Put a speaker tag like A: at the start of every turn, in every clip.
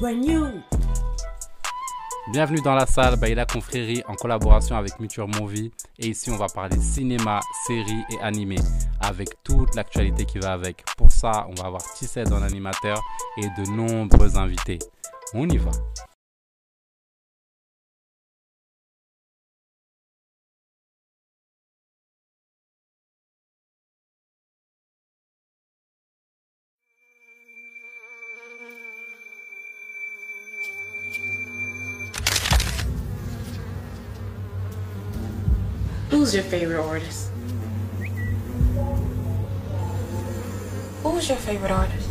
A: brand new.
B: Bienvenue dans la salle Baila Confrérie en collaboration avec Muture Movie. Et ici, on va parler cinéma, séries et animé avec toute l'actualité qui va avec. Pour ça, on va avoir Tissette en animateur et de nombreux invités. On y va.
C: Who's your favorite artist? Who's your favorite artist?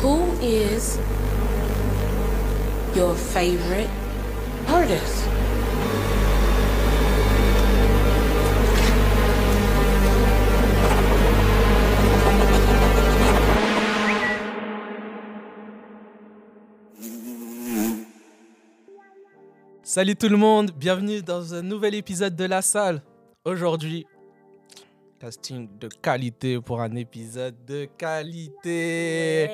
C: Who is your favorite artist?
D: Salut tout le monde, bienvenue dans un nouvel épisode de La Salle. Aujourd'hui, casting de qualité pour un épisode de qualité.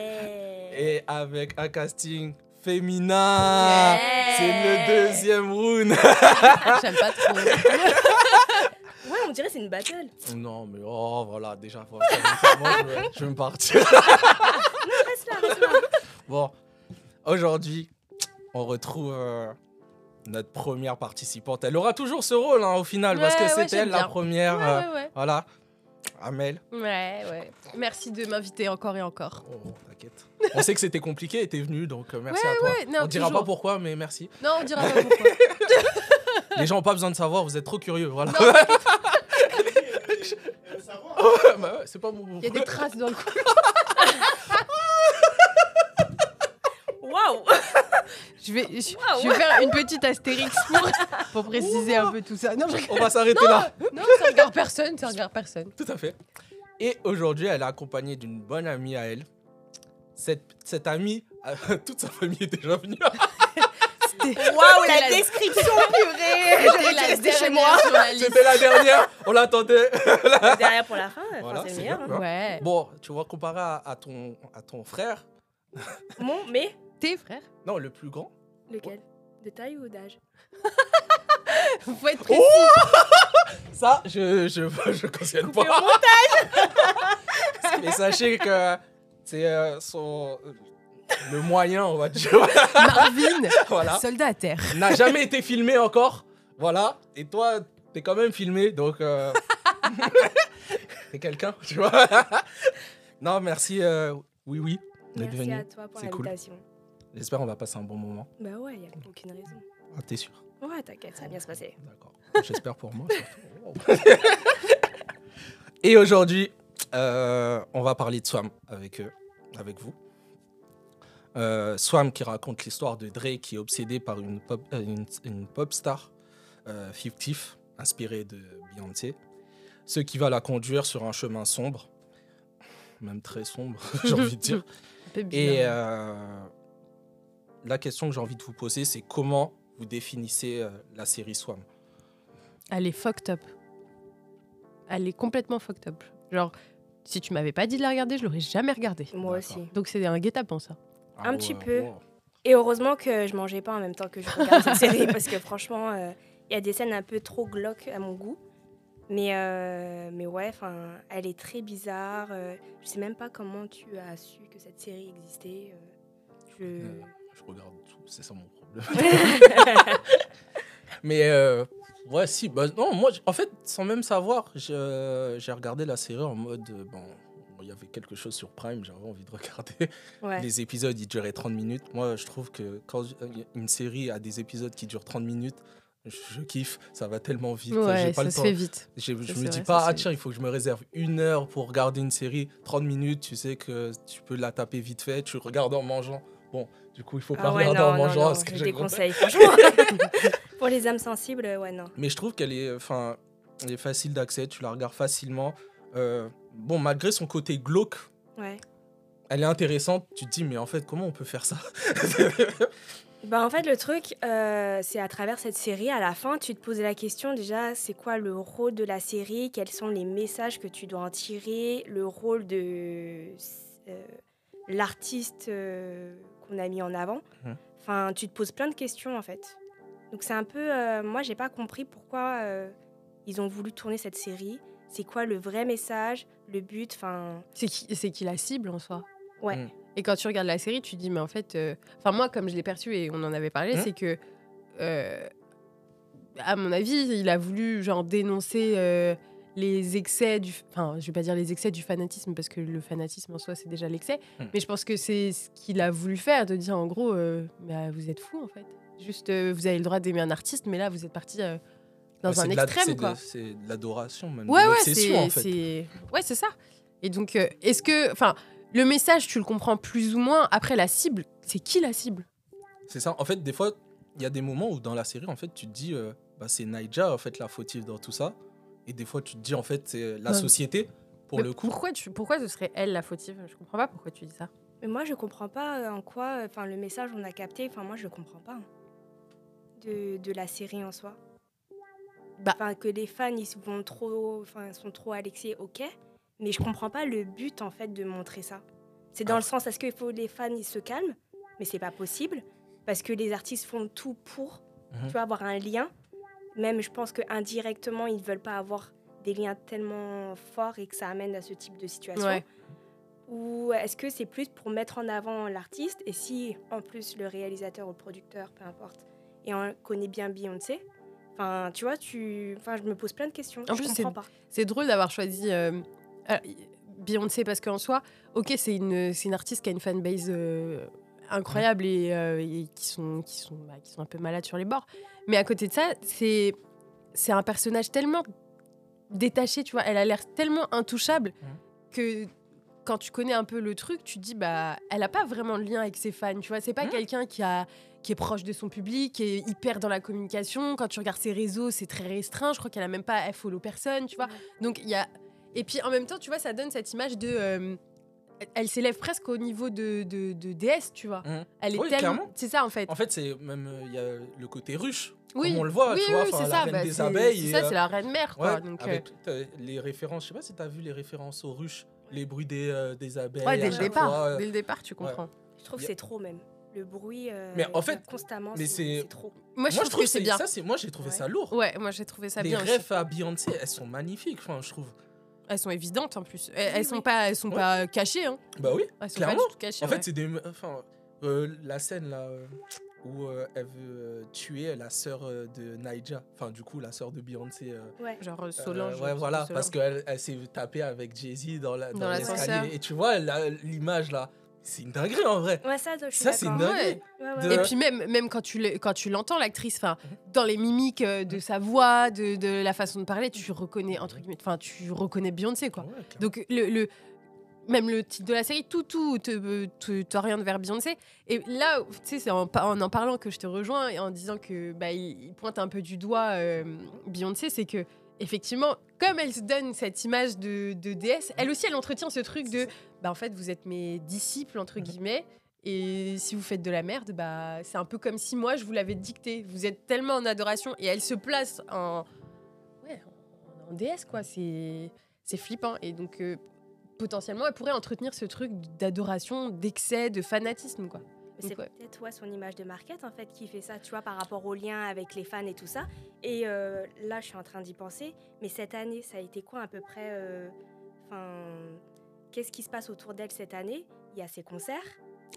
D: Et avec un casting féminin. C'est le deuxième round.
E: J'aime pas trop.
F: Ouais, on dirait c'est une battle.
D: non mais oh voilà, déjà, faut- moi, je, vais, je vais me partir.
F: Reste là, reste là.
D: Bon, aujourd'hui, on retrouve euh, notre première participante. Elle aura toujours ce rôle hein, au final parce que
E: Ouais, ouais,
D: c'était elle
E: j'aime
D: la
E: bien.
D: première.
E: Ouais,
D: euh,
E: ouais, ouais.
D: Voilà. Amel.
E: Ouais, ouais. Merci de m'inviter encore et encore.
D: Oh, t'inquiète. On sait que c'était compliqué et t'es venu, donc euh, merci
E: Ouais,
D: à toi.
E: ouais, non,
D: on dira
E: toujours.
D: pas pourquoi, mais merci.
E: Non, on dira pas pourquoi.
D: Les gens ont pas besoin de savoir, vous êtes trop curieux, voilà.
E: Non,
D: Ouais, bah ouais, c'est pas mon.
E: Il y a des traces dans le cou.
F: Waouh!
E: Je vais, je,
F: Waouh.
E: je vais faire une petite astérix pour, pour préciser un peu tout ça. Non, je rigole.
D: On va s'arrêter là.
E: non, ça regarde personne, ça regarde personne.
D: Tout à fait. Et aujourd'hui, elle est accompagnée d'une bonne amie à elle. Cette, cette amie, euh, toute sa famille est déjà venue. Ah,
F: Waouh, la
E: la-
F: description
E: C'était
F: purée! J'aurais dû rester chez moi!
E: sur la liste.
D: C'était la dernière, on l'attendait.
F: Derrière pour la fin, enfin,
D: Voilà,
F: c'est
D: c'est
F: meilleur.
D: bien.
F: hein.
E: Ouais.
D: Bon, tu vois, comparé à, à ton, à ton frère,
F: Mon, mais
E: T'es frère.
D: non, le plus grand.
F: lequel? De taille ou d'âge?
E: Faut être précis.
D: Ça, je je, je cautionne
F: Coupé au
D: pas. Mais sachez que c'est euh, son le moyen, on va dire.
E: Marvin,
D: voilà.
E: soldat à terre.
D: N'a jamais été filmé encore. Voilà. Et toi, t'es quand même filmé, donc euh, t'es quelqu'un, tu vois. non, merci. euh, Oui, oui. d'être
F: Merci
D: venu.
F: à toi pour
D: C'est cool.
F: l'invitation.
D: J'espère on va passer un bon moment.
F: Bah ouais, y a aucune raison.
D: Ah, t'es sûr
F: Ouais, t'inquiète, ça va bien se passer.
D: D'accord. J'espère pour moi. surtout. Et aujourd'hui, euh, on va parler de Swam avec eux, avec vous. Euh, Swam qui raconte l'histoire de Dre qui est obsédé par une pop, euh, une, une pop star euh, fictif inspirée de Beyoncé, ce qui va la conduire sur un chemin sombre, même très sombre, j'ai envie de dire.
E: T'es bien.
D: Et euh, la question que j'ai envie de vous poser, c'est comment vous définissez euh, la série Swam
E: Elle est fucked up. Elle est complètement fucked up. Genre, si tu m'avais pas dit de la regarder, je l'aurais jamais regardée.
F: Moi
D: D'accord.
F: aussi.
E: Donc c'est un guet-apens, ça.
D: Ah
F: Un
D: ouais,
F: petit peu.
D: wow.
F: Et heureusement que je mangeais pas en même temps que je regarde cette série parce que franchement, il y a des scènes un peu trop glauques à mon goût. Mais, euh, mais ouais, 'fin, elle est très bizarre. euh, je sais même pas comment tu as su que cette série existait. euh,
D: Euh, Je regarde tout, c'est ça mon problème. Euh. Mais euh, ouais, si, bah, non, moi, j- en fait, sans même savoir, je- j'ai regardé la série en mode, euh, bon, il y avait quelque chose sur Prime, j'avais envie de regarder.
F: je... Ouais.
D: Les épisodes, ils duraient 30 minutes. Moi, je trouve que quand j- une série a des épisodes qui durent 30 minutes, je, je kiffe, ça va tellement vite,
E: ouais,
D: j'ai pas
E: ça
D: le
E: se
D: temps.
E: fait vite.
D: J'ai-
E: Ça,
D: Je
E: c'est
D: me dis
E: vrai,
D: pas,
E: ça,
D: ah
E: c'est-
D: tiens, il faut que je me réserve une heure pour regarder une série, 30 minutes, tu sais que tu peux la taper vite fait, tu regardes en mangeant. Bon, du coup, il faut pas
F: Ah ouais,
D: regarder
F: non,
D: en
F: non,
D: mangeant.
F: non,
D: parce que
F: je
D: j'ai compris.
F: déconseille, franchement. Pour les âmes sensibles, ouais, non.
D: Mais je trouve qu'elle est, enfin, elle est facile d'accès, tu la regardes facilement. Euh, bon, malgré son côté glauque,
F: Ouais.
D: elle est intéressante. Tu te dis, mais en fait, comment on peut faire ça
F: Bah, en fait, le truc, euh, c'est à travers cette série, à la fin, tu te poses la question déjà, c'est quoi le rôle de la série Quels sont les messages que tu dois en tirer Le rôle de euh, l'artiste euh, qu'on a mis en avant
D: Mhm.
F: Enfin, tu te poses plein de questions, en fait. Donc, c'est un peu... euh, moi, j'ai pas compris pourquoi euh, ils ont voulu tourner cette série. C'est quoi le vrai message Le but Enfin,
E: C'est qui, c'est qui la cible en soi.
F: Ouais.
D: Mm.
E: Et quand tu regardes la série, tu te dis, mais en fait, euh, enfin moi, comme je l'ai perçu et on en avait parlé,
D: Mm.
E: c'est que, euh, à mon avis, il a voulu genre dénoncer euh, les excès du, enfin, je vais pas dire les excès du fanatisme parce que le fanatisme en soi c'est déjà l'excès,
D: Mm.
E: mais je pense que c'est ce qu'il a voulu faire, de dire en gros, euh, bah, vous êtes fous en fait. Juste, euh, vous avez le droit d'aimer un artiste, mais là, vous êtes parti
D: Ouais,
E: euh, dans
D: Ah, Bah, c'est
E: un
D: de la-
E: extrême
D: c'est de-
E: quoi.
D: C'est de l'adoration, même.
E: Ouais,
D: de
E: ouais,
D: l'obsession,
E: c'est
D: en fait.
E: c'est- ouais, c'est ça. Et donc, euh, est-ce que. Enfin, le message, tu le comprends plus ou moins. Après, la cible, c'est qui la cible
D: C'est ça. En fait, des fois, il y a des moments où dans la série, en fait, tu te dis, euh, bah, c'est Naija, en fait, la fautive dans tout ça. Et des fois, tu te dis, en fait, c'est la
E: Ouais.
D: société, pour
E: Mais
D: le coup.
E: Pourquoi, tu, pourquoi ce serait elle la fautive Je comprends pas pourquoi tu dis ça.
F: Mais moi, je comprends pas euh, en quoi, euh, enfin, le message on a capté. Enfin, moi, je comprends pas hein, de, de la série en soi.
E: Bah.
F: Enfin, que les fans ils vont trop, enfin, sont trop Alexis, ok. Mais je comprends pas le but en fait de montrer ça. C'est
E: Ah.
F: dans le sens est-ce qu'il faut les fans ils se calment Mais c'est pas possible parce que les artistes font tout pour,
D: Mhm.
F: tu vois, avoir un lien. Même, je pense que indirectement, ils veulent pas avoir des liens tellement forts et que ça amène à ce type de situation.
E: Ouais.
F: Ou est-ce que c'est plus pour mettre en avant l'artiste Et si, en plus, le réalisateur ou le producteur, peu importe, et on connaît bien Beyoncé, enfin, tu vois, tu... Enfin, je me pose plein de questions.
E: En
F: je
E: plus,
F: comprends pas.
E: C'est drôle d'avoir choisi euh, euh, Beyoncé parce qu'en soi, ok, c'est une, c'est une artiste qui a une fanbase euh, incroyable et, euh, et qui, sont, qui, sont, bah, qui sont un peu malades sur les bords. Mais à côté de ça, c'est c'est un personnage tellement détaché, tu vois. Elle a l'air tellement intouchable
D: Mhm.
E: que quand tu connais un peu le truc, tu te dis, bah, elle a pas vraiment de lien avec ses fans, tu vois. C'est pas
D: Mhm.
E: quelqu'un qui a qui est proche de son public, qui est hyper dans la communication. Quand tu regardes ses réseaux, c'est très restreint. Je crois qu'elle a même pas, elle follow personne, tu vois.
F: Ouais.
E: Donc il y a. Et puis en même temps, tu vois, ça donne cette image de. euh, elle s'élève presque au niveau de, de, de déesse, tu vois.
D: Mhm.
E: Elle est
D: Oui,
E: tellement.
D: clairement.
E: C'est ça en fait.
D: En fait, c'est même, euh, il y a le côté ruche,
E: oui.
D: comme on le voit,
E: oui,
D: tu
E: oui,
D: vois,
E: oui,
D: enfin, la
E: c'est ça.
D: reine
E: bah,
D: des
E: c'est-
D: abeilles.
E: C'est
D: et,
E: ça,
D: euh,
E: c'est la reine mère, quoi.
D: ouais,
E: donc,
D: avec toutes, euh, les références, je sais pas si t'as vu les références aux ruches, les bruits des, euh, des
E: euh,
D: abeilles.
E: ouais,
D: à
E: dès le
D: chaque
E: départ.
D: fois, euh,
E: Dès le départ, tu
D: ouais.
E: comprends.
F: Je trouve
D: Y
F: que
D: a-
F: c'est trop, même. Le bruit... euh,
D: Mais en fait-
F: Constamment,
D: mais c'est-
F: c'est c'est trop.
E: Moi, je,
D: moi,
E: trouve, que c'est bien.
D: ça, c'est- moi, j'ai trouvé
F: Ouais.
D: ça lourd.
E: Ouais, moi j'ai trouvé ça
D: les
E: bien. aussi.
D: refs à Beyoncé, elles sont magnifiques, enfin, je trouve.
E: Elles sont évidentes en plus. Elles, elles
F: Oui,
E: sont
F: oui.
E: pas, elles sont
D: Ouais.
E: pas cachées. Hein.
D: Bah oui.
E: Elles sont
D: Clairement.
E: pas du tout cachées.
D: En
E: ouais.
D: fait, c'est des. Enfin, euh, la scène là euh, où euh, elle veut euh, tuer la sœur euh, de Naija. Enfin, du coup, la sœur de Beyoncé. euh,
F: Ouais.
E: genre euh,
D: euh,
E: Solange.
D: ouais,
E: Solange.
D: voilà, parce qu'elle elle, s'est tapée avec Jay-Z dans la-
E: Dans
D: dans
E: l'ascenseur.
D: l'escalier. Et tu vois, la- l'image là, c'est une dinguerie en vrai.
F: Ouais, ça, je suis
D: Ça, c'est une
F: d'accord.
D: dinguerie.
F: Ouais, ouais,
D: de-
E: Et
F: ouais.
E: puis même, même quand tu l'es- quand tu l'entends, l'actrice, enfin,
D: euh, Mhm.
E: dans les mimiques euh, de sa voix, de, de la façon de parler, tu reconnais
D: Mhm.
E: entre guillemets, enfin, tu reconnais Beyoncé quoi.
D: Ouais, clairement.
E: Donc le, le- même le titre de la série, tout tout te- te- t'oriente vers Beyoncé. Et là, tu sais, c'est en, pa- en en parlant que je te rejoins et en disant que bah, il, il pointe un peu du doigt euh, Beyoncé, c'est que effectivement, comme elle se donne cette image de, de déesse, elle aussi, elle entretient ce truc de, bah en fait, vous êtes mes disciples entre
D: Mhm.
E: guillemets. Et si vous faites de la merde, bah c'est un peu comme si moi je vous l'avais dicté. Vous êtes tellement en adoration et elle se place en ouais en, en déesse quoi. C'est c'est flippant et donc euh, potentiellement elle pourrait entretenir ce truc d'adoration, d'excès, de fanatisme quoi.
F: Mais C'est
E: Donc, ouais.
F: peut-être ouais, son image de market en fait qui fait ça, tu vois, par rapport au lien avec les fans et tout ça. Et euh, là, je suis en train d'y penser, mais cette année, ça a été quoi à peu près euh, Enfin, qu'est-ce qui se passe autour d'elle cette année Il y a ses concerts,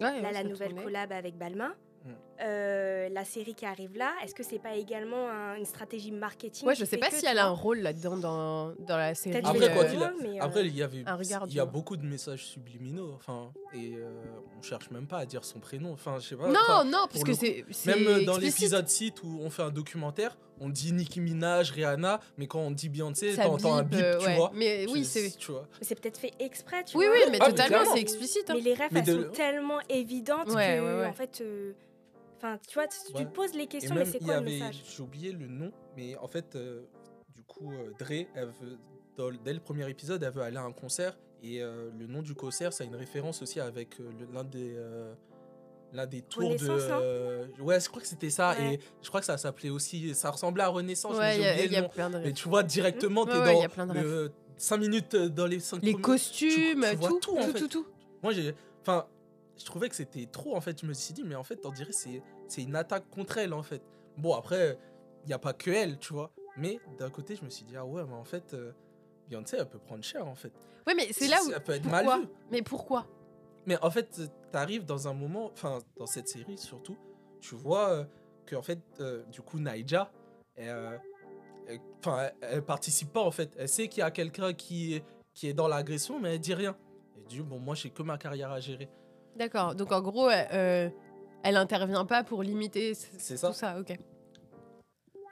E: Ah
F: là, la nouvelle collab avec Balmain,
D: Mm.
F: euh, la série qui arrive là. Est-ce que c'est pas également un- une stratégie marketing
E: Ouais, je
F: qui
E: sais
F: fait
E: pas
F: que,
E: si
F: tu
E: elle a un
F: vois,
E: rôle là-dedans dans, dans la série.
F: peut-être
D: Après,
F: je vais
D: quoi
F: trop
D: qu'il
F: loin, mais, euh,
D: Après, il y avait,
E: un regard
D: il
E: du
D: y a
E: moins.
D: beaucoup de messages subliminaux, enfin, et euh, on cherche même pas à dire son prénom, enfin, je sais pas. enfin,
E: Non, non, parce
D: pour
E: que
D: le
E: c'est c'est
D: Même euh, dans
E: explicite.
D: l'épisode site où on fait un documentaire, on dit Nicki Minaj, Rihanna, mais quand on dit Beyoncé,
E: Ça
D: t'entends un
E: bip,
D: bip,
E: euh,
D: tu
E: ouais.
D: vois.
E: Mais oui,
D: Tu-
E: c'est
D: Tu vois.
F: Mais C'est peut-être fait exprès, tu
E: oui,
F: vois.
E: oui, mais
D: Ah, mais
E: totalement,
D: clairement.
E: c'est explicite. hein.
F: Mais les refs,
D: Mais
F: elles
D: de-
F: sont tellement évidentes
E: Ouais,
F: que,
E: ouais, ouais.
F: en fait, euh, enfin, tu vois, tu, tu
D: Ouais.
F: te poses les
D: Et
F: questions, mais
D: même,
F: c'est
D: il y
F: quoi le
D: avait,
F: message
D: j'ai oublié le nom, mais en fait, euh, du coup, euh, Dre, elle veut- dans- dès le premier épisode, elle veut aller à un concert, et euh, le nom du concert, ça a une référence aussi avec euh, le- l'un des. euh, l'un des tours de.
F: Renaissance, non
D: euh, ouais, je crois que c'était ça.
F: Ouais.
D: Et je crois que ça s'appelait aussi. Ça ressemblait à Renaissance. mais
E: Ouais,
D: j'ai
E: il y a-
D: oublié
E: il y,
D: le
E: a
D: nom.
E: plein de
D: Mais
E: rêves.
D: tu vois, directement, t'es
E: Ouais, ouais, il y a plein
D: dans
E: de rêves.
D: le 5 minutes euh, dans les 5
E: Les costumes,
D: tu vois
E: tout,
D: tout, en
E: tout,
D: fait.
E: tout, tout.
D: Moi, j'ai. Enfin, je trouvais que c'était trop, en fait. Je me suis dit, mais en fait, on dirait que c'est c'est une attaque contre elle, en fait. Bon, après, il n'y a pas que elle, tu vois. Mais d'un côté, je me suis dit, ah ouais, mais en fait, euh, Beyoncé, elle peut prendre cher, en fait.
E: Ouais, mais c'est là où.
D: Ça peut être
E: pourquoi
D: ah, mal vu.
E: Mais pourquoi
D: Mais en fait, euh, t'arrives dans un moment, enfin, dans cette série surtout, tu vois euh, que, en fait, euh, du coup, Naija, elle, euh, elle- enfin, elle, elle participe pas, en fait. Elle sait qu'il y a quelqu'un qui, est- qui est dans l'agression, mais elle dit rien. Elle dit, bon, moi, j'ai que ma carrière à gérer.
E: D'accord. Donc en gros, elle, euh, elle intervient pas pour limiter c-
D: C'est ça.
E: tout ça, ok. Ouais,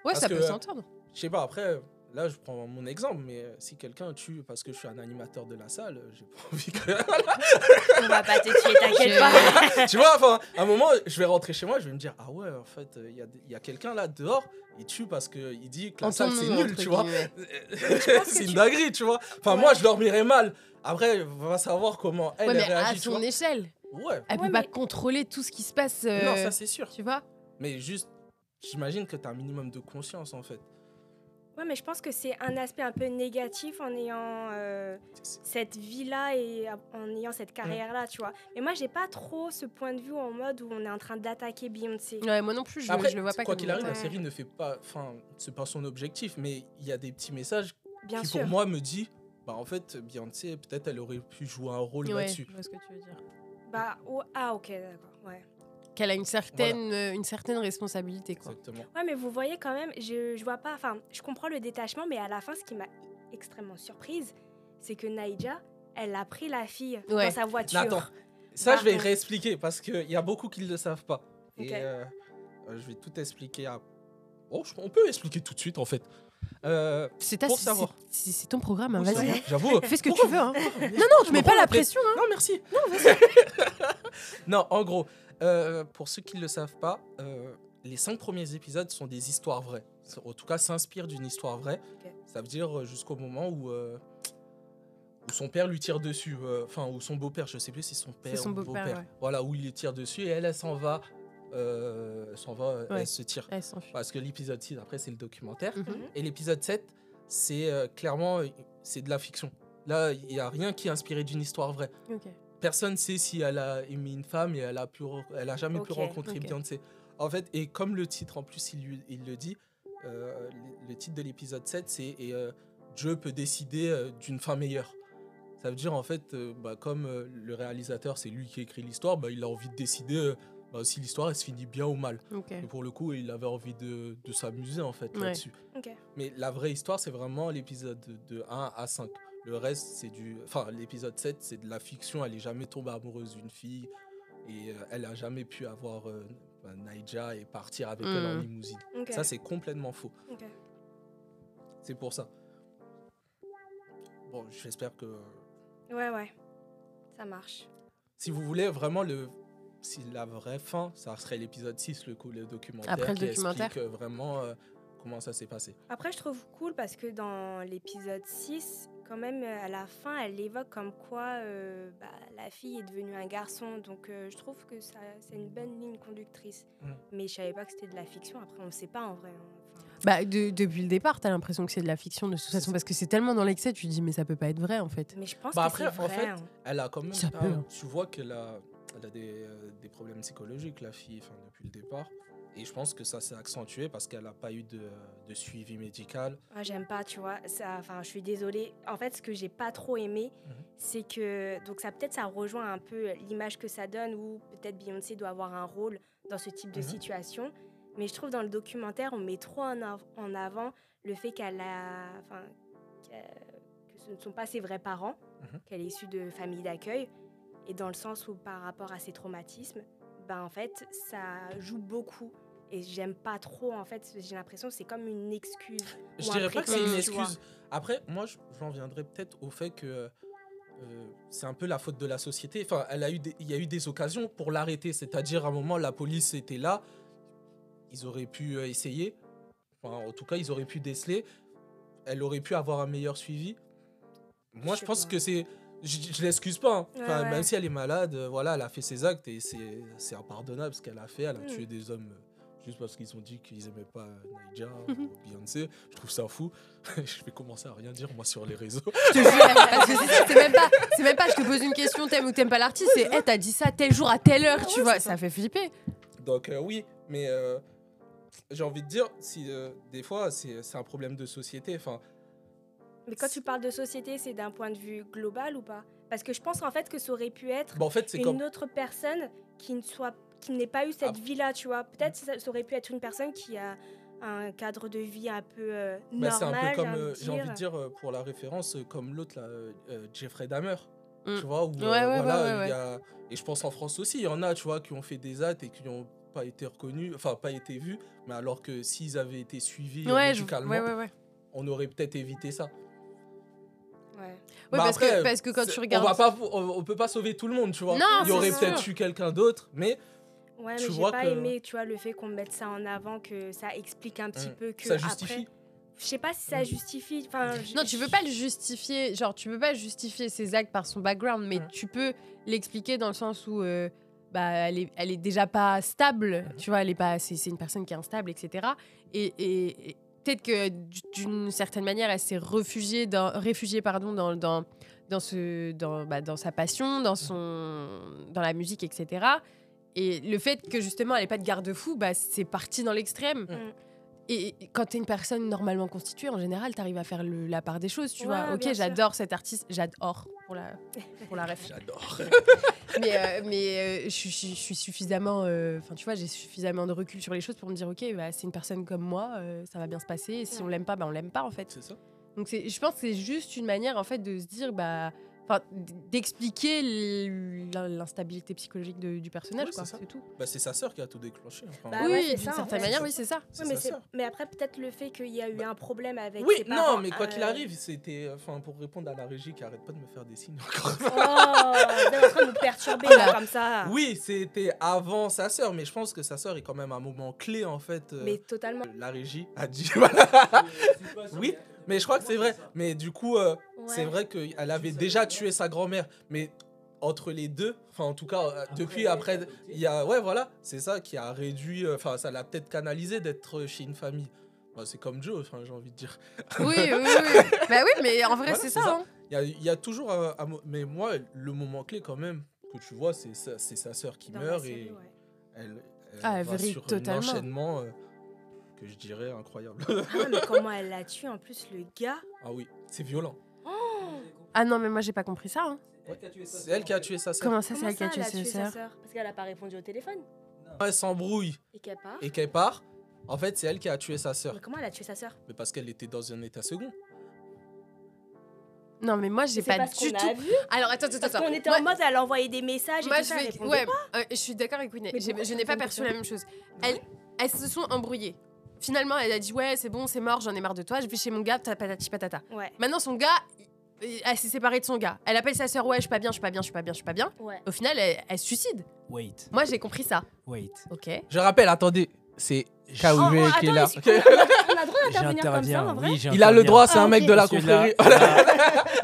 D: Parce
E: ça
D: que,
E: peut
D: euh,
E: s'entendre.
D: Je sais pas, après, là, je prends mon exemple, mais euh, si quelqu'un tue parce que je suis un animateur de la salle, euh, j'ai pas envie que.
F: On va pas te tuer, t'inquiète pas.
D: tu vois, enfin, à un moment, je vais rentrer chez moi, je vais me dire, ah ouais, en fait, il y a, y a quelqu'un là dehors, il tue parce qu'il dit que la
E: En
D: salle,
E: ton
D: c'est
E: nom,
D: nul,
E: entre
D: tu vois.
E: guillemets.
D: c'est une dinguerie, tu vois. Enfin, moi, je dormirais mal. Après, on va savoir comment elle,
E: Ouais,
D: elle
E: mais à
D: réagit, tu
E: son
D: vois.
E: échelle,
D: Ouais,
E: elle
F: Ouais,
E: peut pas
F: mais-
E: contrôler tout ce qui se passe. euh,
D: non, ça, c'est sûr.
E: tu vois
D: Mais juste, j'imagine que t'as un minimum de conscience, en fait.
F: Ouais, mais je pense que c'est un aspect un peu négatif en ayant euh, cette vie-là et euh, en ayant
D: Mm.
F: cette carrière-là, tu vois. Mais moi, j'ai pas trop ce point de vue en mode où on est en train d'attaquer Beyoncé.
E: Ouais, moi non plus, je,
D: Après,
E: je le vois pas
D: quoi
E: comme
D: qu'il arrive,
E: ça.
D: la
F: Ouais.
D: série ne fait pas. Enfin, c'est pas son objectif, mais il y a des petits messages
F: Bien
D: qui,
F: sûr.
D: pour moi, me dit bah, en fait, Beyoncé, peut-être, elle aurait pu jouer un rôle
E: Ouais,
D: là-dessus.
E: je vois ce que tu veux dire.
F: Bah, oh, ah, ok, d'accord, ouais.
E: Qu'elle a une certaine, euh, une certaine responsabilité, quoi.
D: Exactement.
F: Ouais, mais vous voyez quand même, je, je vois pas, enfin, je comprends le détachement, mais à la fin, ce qui m'a extrêmement surprise, c'est que Naïja, elle a pris la fille
E: Ouais.
F: dans sa voiture.
D: Mais Bah, attends, ça, je vais
F: Pardon.
D: réexpliquer parce qu'il y a beaucoup qui ne le savent pas.
F: Ok.
D: Et euh, euh, je vais tout expliquer à. Oh, je- on peut expliquer tout de suite, en fait. Euh,
E: C'est ta,
D: Pour
E: c'est-
D: savoir.
E: c'est- c'est ton programme, hein,
D: Oui, ça
E: vas-y.
D: va, J'avoue.
E: Fais ce que
D: Pourquoi
E: tu veux, hein.
D: vous-
E: Non, non, tu
D: me
E: mets
D: prends
E: pas la
D: la tête.
E: pression, hein.
D: Non, merci. Non, en gros, euh, pour ceux qui ne le savent pas, euh, les cinq premiers épisodes sont des histoires vraies. En tout cas, s'inspirent d'une histoire vraie.
F: Ok.
D: Ça veut dire euh, jusqu'au moment où, euh, où son père lui tire dessus. euh, Enfin, ou son beau-père, je sais plus si son père
E: son
D: ou
E: beau-père, ouais.
D: Voilà, où il lui tire dessus et elle, elle s'en va. euh, elle s'en va, euh,
E: Ouais.
D: elle se tire.
E: Elle s'en fout.
D: Parce que l'épisode 6, après, c'est le documentaire.
E: Mhm.
D: Et l'épisode 7, c'est euh, clairement euh, c'est de la fiction. Là, il n'y a rien qui est inspiré d'une histoire vraie.
E: Ok.
D: Personne sait si elle a aimé une femme et elle a, pu, re- elle a jamais pu
F: Ok,
D: rencontrer
E: ok.
D: Beyoncé. En fait, et comme le titre en plus, il, lui- il le dit, euh, le titre de l'épisode 7, c'est et, euh, Dieu peut décider euh, d'une fin meilleure. Ça veut dire en fait, euh, bah, comme euh, le réalisateur, c'est lui qui écrit l'histoire, bah, il a envie de décider euh, bah, si l'histoire elle se finit bien ou mal.
E: Ok.
D: Et pour le coup, il avait envie de, de s'amuser en fait
E: Ouais.
D: là-dessus.
F: Ok.
D: Mais la vraie histoire, c'est vraiment l'épisode de 1 à 5. Le reste, c'est du. Enfin, l'épisode 7, c'est de la fiction. Elle est jamais tombée amoureuse d'une fille. Et euh, elle a jamais pu avoir euh, ben, Naija et partir avec elle en
E: Mm.
D: limousine.
F: Ok,
D: Ça, c'est complètement faux.
F: ok.
D: C'est pour ça. Bon, j'espère que.
F: Ouais, ouais, ça marche.
D: Si vous voulez vraiment le. Si la vraie fin, ça serait l'épisode 6, le, coup, le documentaire.
E: Après le
D: qui
E: documentaire.
D: explique euh, vraiment euh, comment ça s'est passé.
F: Après, je trouve cool parce que dans l'épisode 6, quand même, euh, à la fin, elle évoque comme quoi euh, bah, la fille est devenue un garçon. Donc, euh, je trouve que ça, c'est une bonne ligne conductrice.
D: Mm.
F: Mais je savais pas que c'était de la fiction. Après, on ne sait pas en vrai. hein. Enfin,
E: Bah, de- depuis le départ, t'as l'impression que c'est de la fiction de toute façon, parce que c'est tellement dans l'excès, tu te dis, mais ça peut pas être vrai en fait.
F: mais je pense
D: Bah,
F: que
D: après,
F: c'est
D: en
F: vrai.
D: fait,
F: hein.
D: Elle a quand même.
E: Ça
D: ah,
E: peut, hein.
D: Tu vois qu'elle a, elle a des, euh, des problèmes psychologiques, la fille, enfin, depuis le départ. Et je pense que ça s'est accentué parce qu'elle n'a pas eu de, de suivi médical.
F: Ah, j'aime pas, tu vois. Ça, enfin, je suis désolée. En fait, ce que j'ai pas trop aimé,
D: Mhm.
F: c'est que donc ça peut-être ça rejoint un peu l'image que ça donne où peut-être Beyoncé doit avoir un rôle dans ce type de
D: Mhm.
F: situation. Mais je trouve dans le documentaire, on met trop en, av- en avant le fait qu'elle a, enfin, que- que ce ne sont pas ses vrais parents,
D: Mhm.
F: qu'elle est issue de familles d'accueil, et dans le sens où par rapport à ses traumatismes, ben en fait, ça joue beaucoup. Et j'aime pas trop, en fait, j'ai l'impression que c'est comme une excuse.
D: Je
F: Ou un
D: dirais pas que c'est une
F: prétexte, tu vois.
D: excuse. Après, moi, je- j'en viendrai peut-être au fait que euh, c'est un peu la faute de la société. Enfin, elle a eu des- il y a eu des occasions pour l'arrêter. C'est-à-dire, à un moment, la police était là. Ils auraient pu euh, essayer. Enfin, en tout cas, ils auraient pu déceler. Elle aurait pu avoir un meilleur suivi. Moi,
F: Je
D: je
F: sais
D: pense
F: pas.
D: que c'est. je, je l'excuse pas. hein.
F: Ouais,
D: Enfin,
F: ouais.
D: Même si elle est malade, euh, voilà, elle a fait ses actes et c'est c'est impardonnable ce qu'elle a fait. Elle a
F: Mm.
D: tué des hommes euh, juste parce qu'ils ont dit qu'ils aimaient pas euh, Naija ou Beyoncé. Je trouve ça fou. je vais commencer à rien dire moi sur les réseaux.
E: Je te jure, parce que c'est ça, c'est même pas, c'est même pas, je te pose une question, t'aimes ou t'aimes pas l'artiste, c'est, Eh, t'as dit ça tel jour à telle heure, tu vois, ça fait flipper.
D: Donc euh, oui, mais euh, j'ai envie de dire, si euh, des fois c'est c'est un problème de société. Enfin,
F: Mais quand tu parles de société, c'est d'un point de vue global ou pas Parce que je pense en fait que ça aurait pu être
D: bah, en fait c'est
F: une
D: comme
F: autre personne qui ne soit qui n'ait pas eu cette
D: Ah.
F: vie-là, tu vois. Peut-être ça, ça aurait pu être une personne qui a un cadre de vie un peu euh,
D: Bah,
F: normal.
D: c'est un peu comme,
F: de
D: euh, j'ai envie de dire euh, pour la référence, euh, comme l'autre, là, euh, euh, Jeffrey Dahmer.
E: Mm.
D: Tu vois, où, euh,
E: Ouais, ouais, ouais,
D: voilà,
E: ouais, ouais.
D: il y a- Et je pense en France aussi, il y en a, tu vois, qui ont fait des actes et qui n'ont pas été reconnus, enfin, pas été vus, mais alors que s'ils avaient été suivis euh,
E: Ouais, je-
D: médicalement,
E: ouais, ouais, ouais.
D: on aurait peut-être évité ça.
F: Ouais.
E: Ouais,
D: Bah,
E: parce,
D: après,
E: que, parce que quand
D: c'est-
E: tu regardes.
D: On, va pas, on, on peut pas sauver tout le monde, tu vois.
E: Non,
D: il y
E: c'est
D: aurait
E: sûr.
D: peut-être eu quelqu'un d'autre, mais
F: Ouais,
D: Tu
F: mais j'ai
D: vois
F: pas
D: que-
F: aimé, tu vois, le fait qu'on mette ça en avant, que ça explique un petit
D: Mm.
F: peu que
D: ça justifie.
F: après. Je sais pas si ça
D: Mm.
F: justifie. Enfin, je-
E: Non, tu veux pas le justifier, genre tu peux pas justifier ses actes par son background, mais
D: Ouais.
E: tu peux l'expliquer dans le sens où euh, bah elle est, elle est déjà pas stable, tu vois, elle est pas, c'est c'est une personne qui est instable, etc. Et, et- et peut-être que d- d'une certaine manière, elle s'est réfugiée dans, réfugiée pardon dans dans dans ce dans bah, dans sa passion, dans son dans la musique, etc. Et le fait que justement elle est pas de garde-fou, bah c'est parti dans l'extrême.
F: Mm.
E: Et et quand t'es une personne normalement constituée, en général, t'arrives à faire le- la part des choses, tu
F: Ouais,
E: vois. Ok,
F: bien sûr.
E: j'adore cet artiste, j'adore pour la pour la ref.
D: J'adore.
E: mais euh, mais euh, je, suis- je suis suffisamment, euh, enfin tu vois, j'ai suffisamment de recul sur les choses pour me dire ok, bah, c'est une personne comme moi, euh, ça va bien se passer. Et si on
F: Ouais.
E: l'aime pas, bah on l'aime pas en fait.
D: C'est ça.
E: Donc c'est, je pense que c'est juste une manière en fait de se dire bah, enfin d- d'expliquer l- l'instabilité psychologique de- du personnage
D: Ouais,
E: quoi,
D: c'est ça.
E: c'est tout.
D: Bah, c'est sa sœur qui a tout déclenché. hein, enfin,
F: Bah
E: oui,
F: ouais, c'est
E: d'une
F: ça, en
E: certaine
F: fait.
E: manière, oui c'est ça.
D: c'est
F: Oui, mais,
D: sa
F: c'est-
D: sœur.
F: mais après, peut-être le fait qu'il y a eu un problème avec.
D: Oui,
F: ses
D: non,
F: parents,
D: mais quoi qu'il
F: euh,
D: arrive, c'était. Enfin, pour répondre à la régie qui arrête pas de me faire des signes encore.
F: Oh, vous êtes en train de nous perturber
E: Oh là.
F: là, comme ça.
D: Oui, c'était avant sa sœur, mais je pense que sa sœur est quand même un moment clé en fait. euh,
F: Mais totalement.
D: La régie a dit. voilà. oui, mais je crois que c'est vrai. Mais du coup, euh, c'est
F: Ouais.
D: vrai qu'elle avait déjà tué sa grand-mère, mais entre les deux, enfin en tout cas euh, depuis après, il y a ouais voilà, c'est ça qui a réduit, euh, enfin ça l'a peut-être canalisé d'être chez une famille. Bah, c'est comme Joe, enfin, j'ai envie de dire.
E: Oui, oui, oui. bah oui, mais en vrai
D: Voilà,
E: c'est
D: c'est
E: ça.
D: ça.
E: hein.
D: Il y a, il y a toujours euh, un, un mo- mais moi le moment clé quand même que tu vois, c'est sa- c'est sa sœur qui
F: Dans la
D: meurt
F: série,
D: et
F: ouais.
D: elle, elle
E: Ah, elle
D: va
E: vrille
D: sur
E: totalement.
D: un enchaînement euh, que je dirais incroyable.
F: Ah, mais comment elle l'a tué en plus, le gars
D: ah oui, c'est violent.
E: Ah non mais moi j'ai pas compris ça. hein.
D: C'est elle qui a tué sa sœur.
E: Comment ça, c'est
F: Comment
E: elle qui a
F: ça,
E: tué sa sœur
F: Parce qu'elle a pas répondu au téléphone.
D: Elle s'embrouille
F: Et qu'elle part.
D: et qu'elle part. En fait, c'est elle qui a tué sa sœur.
F: Mais comment elle a tué sa sœur
D: Mais parce qu'elle était dans un état second.
E: Non, mais moi, j'ai
F: C'est
E: pas,
F: pas ce
E: du
F: qu'on
E: tout.
F: a vu.
E: Alors, attends, attends,
F: Parce
E: attends.
F: qu'on était
E: Moi-
F: en mode, elle a envoyé des messages et
E: moi,
F: tout
E: je
F: ça. elle
E: vais.
F: répondait
E: Ouais, euh, je suis d'accord avec Winnie.
F: Mais
E: J'ai-
F: pourquoi
E: Je n'ai pas
F: personne
E: perçu
F: ne
E: la
F: fait
E: même chose. Elles, elles se sont embrouillées. Finalement, elle a dit Ouais, c'est bon, c'est mort, j'en ai marre de toi, je vais chez mon gars, ta- patati patata.
F: pas. Ouais,
E: Maintenant, son gars, il- elle s'est séparée de son gars. Elle appelle sa sœur Ouais, je suis pas bien, je suis pas bien, je suis pas bien, je suis pas bien.
F: ouais.
E: Au final, elle, elle se suicide.
A: Wait,
E: Moi, j'ai compris ça.
A: wait.
E: Ok.
D: Je rappelle, attendez, c'est
E: Ah,
F: Oh,
E: E
F: oh,
D: Kaoru qui est
F: attends,
D: là.
F: est-ce qu'on a- on a le droit d'intervenir comme ça en
A: J'interviens.
F: vrai
A: Oui, j'interviens.
D: Il a le droit, c'est
F: Ah,
D: un
F: ok.
D: mec de la
A: Celui-là,
D: confrérie.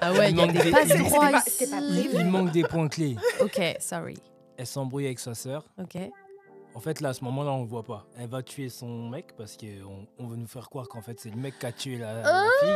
E: Ah ouais, il y a
A: manque
E: des
A: des-
E: passes
A: il-
E: droits
F: pas- c'était pas
E: ici.
A: Il manque des points clés.
E: Ok, sorry.
A: Elle s'embrouille avec sa sœur.
E: Ok.
A: En fait, là, à ce moment-là, on le voit pas. Elle va tuer son mec parce qu'on on veut nous faire croire qu'en fait, c'est le mec qui a tué la, la Ah,
F: Oh.
A: fille.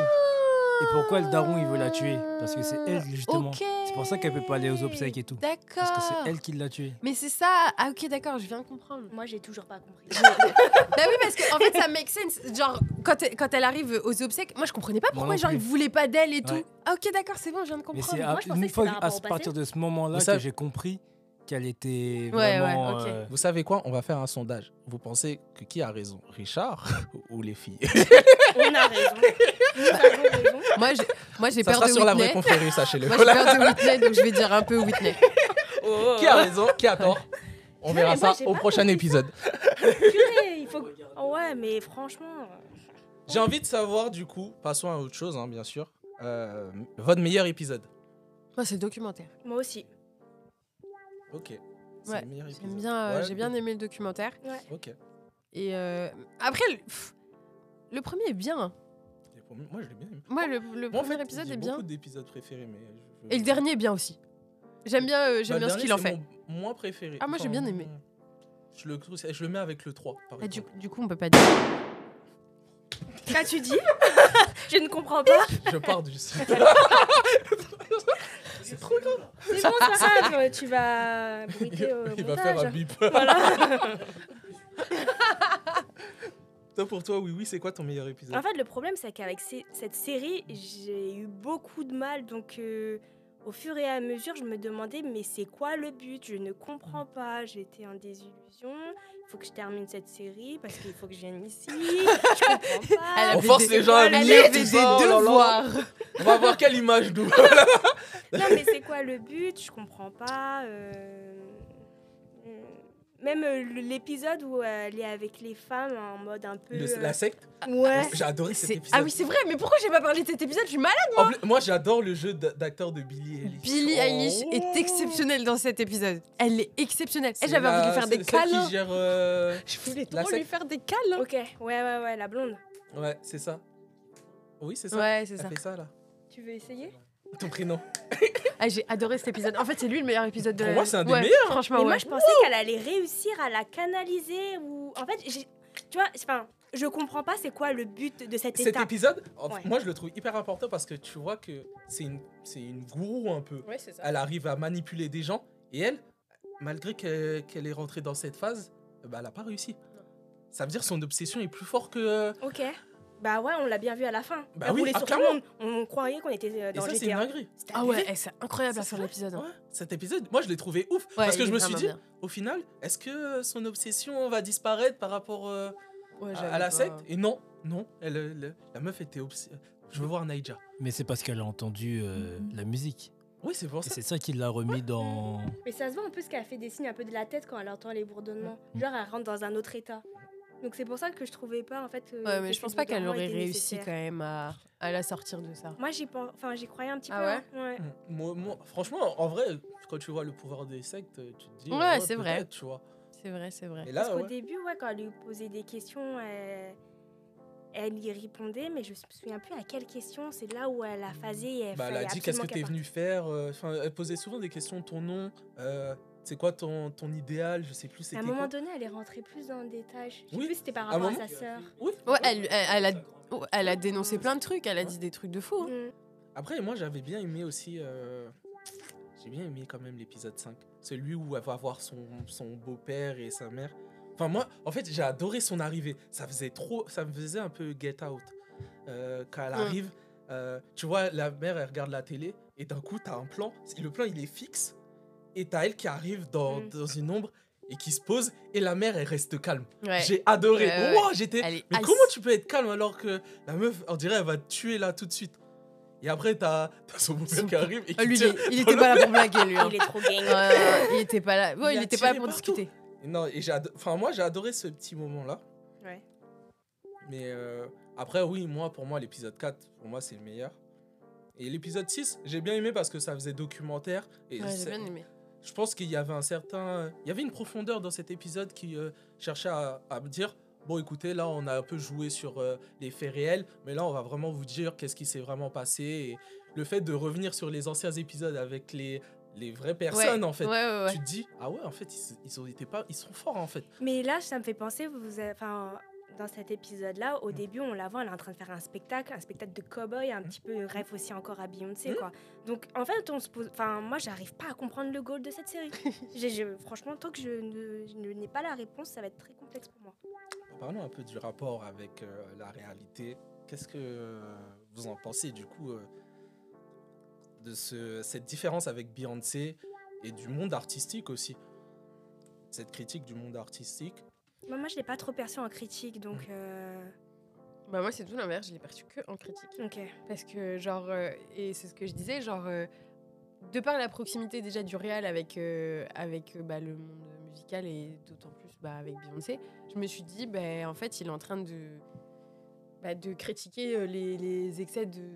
A: Et pourquoi le daron, il veut la tuer Parce que c'est elle, justement.
E: Ok.
A: C'est pour ça qu'elle peut pas aller aux obsèques et tout.
E: D'accord.
A: Parce que c'est elle qui l'a tué.
E: Mais c'est ça. Ah ok d'accord, je viens de comprendre.
F: Moi, j'ai toujours pas compris.
E: bah oui parce que en fait ça make sense. Genre quand elle, quand elle arrive aux obsèques, moi je comprenais pas
A: Moi
E: pourquoi
A: non
E: genre
A: plus.
E: ils voulaient pas d'elle et
A: Ouais.
E: tout. Ah ok d'accord, c'est bon, je viens de
A: Mais
E: comprendre.
A: c'est
F: moi,
A: à-
F: je pensais
A: une
F: que
A: fois
F: c'était
A: que-
F: par
A: à
F: rapport au
A: partir de ce moment-là
D: Mais ça-
A: que j'ai compris qu'elle était
E: Ouais,
A: vraiment.
E: ouais, ok.
A: euh,
D: Vous savez quoi On va faire un sondage. Vous pensez que qui a raison Richard ou les filles
F: On a raison. Nous avons raison.
E: Moi j'ai moi j'ai
D: Ça
E: peur
D: sera
E: de
D: sur la vraie
E: Whitney.
D: confrérie, sachez-le.
E: Moi j'ai peur de Whitney donc je vais dire un peu Whitney.
D: Qui
E: Oh.
D: a raison Qui a tort On
F: Non,
D: verra
F: mais moi,
D: ça
F: j'ai
D: au
F: pas
D: prochain
F: compris ça.
D: épisode.
F: Purée, il faut. Ouais, mais franchement.
D: J'ai envie de savoir du coup, passons à autre chose, hein, bien sûr. Euh, votre meilleur épisode.
E: Moi c'est le documentaire.
F: Moi aussi.
D: Ok. C'est
E: Ouais,
D: le meilleur
E: J'aime
D: épisode.
E: bien euh,
D: Ouais,
E: j'ai bien aimé le documentaire
D: Ok.
E: et euh, après le, pff, le premier est bien.
D: Le premier. Moi, je l'ai bien aimé.
E: Moi, le, le
D: Moi, en
E: premier
D: fait,
E: épisode
D: j'ai
E: est bien.
D: beaucoup d'épisodes préférés, mais. je- je-
E: Et le dernier est bien aussi. J'aime bien, euh,
D: Bah,
E: j'aime
D: le
E: bien ce
D: dernier,
E: qu'il en
D: c'est
E: fait.
D: mon moins préféré.
E: Ah, moi, j'ai bien aimé.
D: Je le, trouve- je le mets avec le 3. Par
E: Ah, du,
D: exemple.
E: du coup, on peut pas dire.
F: Qu'as-tu dit Je ne comprends pas.
D: je pars du. C'est trop grave.
F: C'est bon, ça va, tu vas bruiter au
D: Il va faire un
F: montage.
D: bip.
F: Voilà.
D: Toi, pour toi, oui, oui, c'est quoi ton meilleur épisode
F: En fait, le problème, c'est qu'avec ces- cette série, j'ai eu beaucoup de mal. Donc, euh, au fur et à mesure, je me demandais, mais c'est quoi le but Je ne comprends pas. J'étais en désillusion. Il faut que je termine cette série parce qu'il faut que je vienne ici. Je comprends
E: Elle
F: pas.
E: a
D: On force
E: fait des-
D: les gens à
E: elle a
D: lire
E: fait
D: tout
E: des
D: ça, oh là là.
E: devoirs.
D: On va voir quelle image nous.
F: Non, mais c'est quoi le but Je comprends pas. euh, euh, Même euh, l'épisode où elle est avec les femmes en mode un peu.
D: Le-
F: euh,
D: la secte,
F: Ouais.
D: j'ai adoré cet
E: C'est-
D: épisode.
E: Ah oui, c'est vrai, mais pourquoi j'ai pas parlé de cet épisode Je suis malade.
D: En plus, moi, j'adore le jeu d- d'acteur de Billy Eilish.
E: Billie
D: Oh.
E: Eilish est exceptionnelle dans cet épisode. Elle est exceptionnelle. Et
D: C'est
E: j'avais envie de
D: la-
E: lui faire
D: c'est
E: des
D: celle
E: câlins.
D: qui gère. euh,
E: Je voulais
D: la
E: trop lui
D: secte.
E: faire des câlins.
F: Ok, ouais, ouais, ouais, la blonde.
D: Ouais, c'est ça. Oui, c'est ça.
E: Ouais, c'est
D: Elle
E: ça.
D: fait ça là.
F: Tu veux essayer
D: Ton prénom.
E: Ah, j'ai adoré cet épisode. En fait, c'est lui le meilleur épisode de
D: Pour
E: la
D: moi, c'est un des
E: Ouais,
D: meilleurs.
E: Franchement,
F: Mais
E: ouais.
F: moi, je pensais qu'elle allait réussir à la canaliser ou. En fait, j'ai- tu vois, enfin, je comprends pas c'est quoi le but de cette
D: Cet
F: étape.
D: épisode, en-
F: Ouais.
D: moi, je le trouve hyper important parce que tu vois que c'est une, c'est une gourou un peu.
E: Ouais, c'est ça.
D: Elle arrive à manipuler des gens et elle, malgré que- qu'elle est rentrée dans cette phase, bah, elle a pas réussi. Ça veut dire son obsession est plus forte que. euh,
F: Ok. Bah ouais, on l'a bien vu à la fin.
D: Bah
F: Elle
D: oui,
F: roulait
D: ah,
F: sur tout
D: clairement.
F: le monde. On croyait qu'on était euh,
D: Et
F: dans
D: ça, c'est une
F: GTA.
D: dinguerie.
F: C'était
E: Ah
F: abusé.
E: ouais, eh, c'est incroyable à
D: C'est
E: faire
D: vrai.
E: l'épisode. hein.
D: Ouais, cet épisode, moi, je l'ai trouvé ouf.
E: Ouais,
D: parce que
E: il
D: je
E: est
D: me suis dit,
E: vraiment bien.
D: au final, est-ce que son obsession va disparaître par rapport euh,
E: Ouais,
D: à-
E: j'avais
D: à, la
E: pas-
D: secte Et non, non, elle, elle- la meuf était obs- Je veux voir Naija.
A: Mais c'est parce qu'elle a entendu euh,
F: Mm-hmm.
A: la musique.
D: Oui, c'est pour
A: Et
D: ça.
A: c'est ça qui l'a remis dans.
F: Mais ça se voit un peu ce qu'elle fait des signes un peu de la tête quand elle entend les bourdonnements.
A: Mm.
F: Genre, elle rentre dans un autre état. Donc c'est pour ça que je trouvais pas en fait. que-
E: Ouais,
F: que
E: mais je
F: ces
E: pense pas qu'elle
F: bourdonnements
E: aurait
F: étaient
E: réussi
F: nécessaires.
E: quand même à, à la sortir de ça.
F: Moi j'y pen- enfin j'y croyais un petit
E: Ah
F: peu.
E: ouais
F: hein. ouais.
D: Moi- moi, franchement, en vrai, quand tu vois le pouvoir des sectes, tu te dis.
E: Ouais, c'est
D: peut-être,
E: vrai.
D: Tu vois.
E: C'est vrai, c'est vrai.
D: Et
F: Parce
D: là,
F: qu'au
D: ouais.
F: début, ouais, quand elle lui posait des questions, elle... elle y répondait, mais je me souviens plus à quelle question. C'est là où elle a phasé. Et elle
D: Bah, elle
F: fallait
D: a dit qu'est-ce que
F: absolument
D: t'es
F: qu'elle
D: venu faire. euh, Enfin, elle posait souvent des questions. Ton nom, euh, c'est quoi ton, ton idéal Je sais plus.
F: parte. À
D: C'était
F: un
D: quoi.
F: moment donné, elle est rentrée plus dans le détail. Je sais
D: Oui, Ah
F: plus si c'était par
D: à un
F: rapport à,
D: moment.
F: sa sœur.
D: Oui.
E: Ouais, elle, elle, elle a, oh, elle a dénoncé plein de trucs, elle a dit des trucs de fou. hein.
F: Mm.
D: Après, moi, j'avais bien aimé aussi. euh, J'ai bien aimé quand même l'épisode 5. Celui où elle va voir son, son beau-père et sa mère. Enfin, moi, en fait, j'ai adoré son arrivée. Ça faisait trop. Ça me faisait un peu get out. Euh, quand elle
E: Mm.
D: arrive, euh, tu vois, la mère, elle regarde la télé. Et d'un coup, t'as un plan. Et le plan, il est fixe. Et t'as elle qui arrive dans,
F: Mm.
D: dans une ombre et qui se pose. Et la mère, elle reste calme.
E: Ouais.
D: J'ai adoré.
E: Ouais, ouais, ouais.
D: Ouah, j'étais.
E: Elle est
D: Mais
E: ice.
D: comment tu peux être calme alors que la meuf, on dirait, elle va te tuer là tout de suite Et après, t'as t'as son beau-père
E: Son
D: qui arrive et
E: Ah,
D: qui
E: lui, il,
D: tire.
E: est- il était pas là pour blaguer, lui. hein.
F: Il est trop gang.
E: Ouais, ouais, il était pas là. Ouais,
D: Il
E: il
D: a
E: était pas là
D: tiré
E: pour
D: partout.
E: discuter.
D: Non, et j'ai ado- enfin, moi, j'ai adoré ce petit moment-là.
F: Ouais.
D: Mais euh, après, oui, moi, pour moi, l'épisode 4, pour moi, c'est le meilleur. Et l'épisode 6, j'ai bien aimé parce que ça faisait documentaire. Et
E: Ouais, j'ai
D: c'est-
E: bien aimé.
D: je pense qu'il y avait un certain. Il y avait une profondeur dans cet épisode qui euh, cherchait à, à me dire bon, écoutez, là, on a un peu joué sur euh, les faits réels, mais là, on va vraiment vous dire qu'est-ce qui s'est vraiment passé. Et le fait de revenir sur les anciens épisodes avec les, les vraies personnes,
E: ouais.
D: en fait.
E: Ouais, ouais, ouais.
D: Tu te dis, ah ouais, en fait, ils, ils ont été pas, ils sont forts, en fait.
F: Mais là, ça me fait penser, vous avez- enfin, dans cet épisode-là,
D: Mmh.
F: au début, on la voit, elle est en train de faire un spectacle, un spectacle de cow-boy, un petit peu rêve aussi encore à Beyoncé,
D: Mhm.
F: quoi. Donc, en fait, on se pose. Enfin, moi, j'arrive pas à comprendre le goal de cette série. J'ai- j'ai- franchement, tant que je ne- je ne- n'ai pas la réponse, ça va être très complexe pour moi.
D: Parlons un peu du rapport avec euh, la réalité. Qu'est-ce que euh, vous en pensez du coup euh, de ce- cette différence avec Beyoncé et du monde artistique aussi Cette critique du monde artistique.
F: Moi, moi, je l'ai pas trop perçu en critique, donc.
E: Mm.
F: euh,
E: Bah, moi, c'est tout l'inverse, je l'ai perçu que en critique.
F: Ok.
E: Parce que, genre, euh, et c'est ce que je disais, genre, euh, de par la proximité déjà du réel avec, euh, avec euh, bah, le monde musical et d'autant plus bah, avec Beyoncé, je me suis dit, bah, en fait, il est en train de, bah, de critiquer euh, les, les excès de,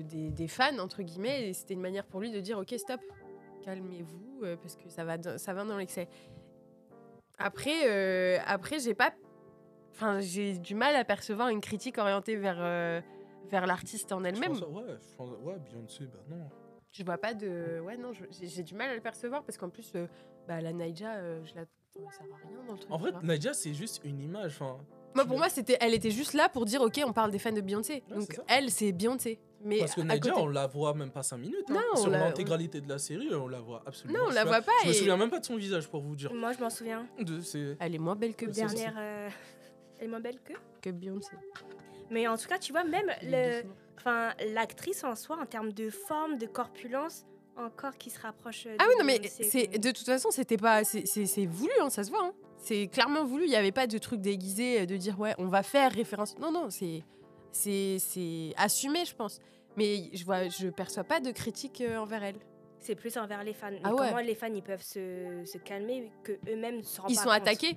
E: des, des fans, entre guillemets, et c'était une manière pour lui de dire, ok, stop, calmez-vous, euh, parce que ça va, dans- ça va dans l'excès. Après, euh, après j'ai pas. Enfin, j'ai du mal à percevoir une critique orientée vers. euh, vers l'artiste en
D: Je
E: elle-même.
D: pense- ouais, je pense- ouais, Beyoncé, bah non.
E: Je vois pas de. Ouais, non, je- j'ai j'ai du mal à le percevoir parce qu'en plus, euh, bah, la Naija, euh, je la. enfin, ça sert à rien dans le truc.
D: En vrai,
E: tu vois.
D: Nadia, c'est juste une image. hein. Enfin,
E: Moi, pour moi, c'était, elle était juste là pour dire, ok, on parle des fans de Beyoncé.
D: Ouais,
E: Donc
D: c'est ça.
E: elle, c'est Beyoncé. Mais
D: Parce que
E: à
D: Nadia,
E: côté-
D: on la voit même pas 5 minutes. hein.
E: Non, on
D: Sur
E: la-
D: l'intégralité de la série, on la voit absolument.
E: non, on la
D: pas.
E: voit pas.
D: Je me
E: et-
D: souviens même pas de son visage pour vous dire.
F: Moi, je m'en souviens.
D: De, c'est-
E: Elle est moins belle que,
D: Le
E: Beyoncé-
F: Dernière. euh, Elle est moins belle que.
E: que Beyoncé.
F: Mais en tout cas, tu vois, même le, enfin, l'actrice en soi, en termes de forme, de corpulence, encore qui se rapproche.
E: Ah oui, non, mais c'est de toute façon, c'était pas, c'est- c'est c'est voulu, hein, ça se voit. hein. C'est clairement voulu. Il n'y avait pas de truc déguisé euh, de dire ouais, on va faire référence. Non, non, c'est c'est c'est assumé, je pense. Mais je vois, je perçois pas de critique euh, envers elle.
F: C'est plus envers les fans. Mais
E: Ah ouais.
F: Comment les fans ils peuvent se, se calmer que eux-mêmes se rendent
E: Ils
F: pas
E: sont
F: compte.
E: attaqués.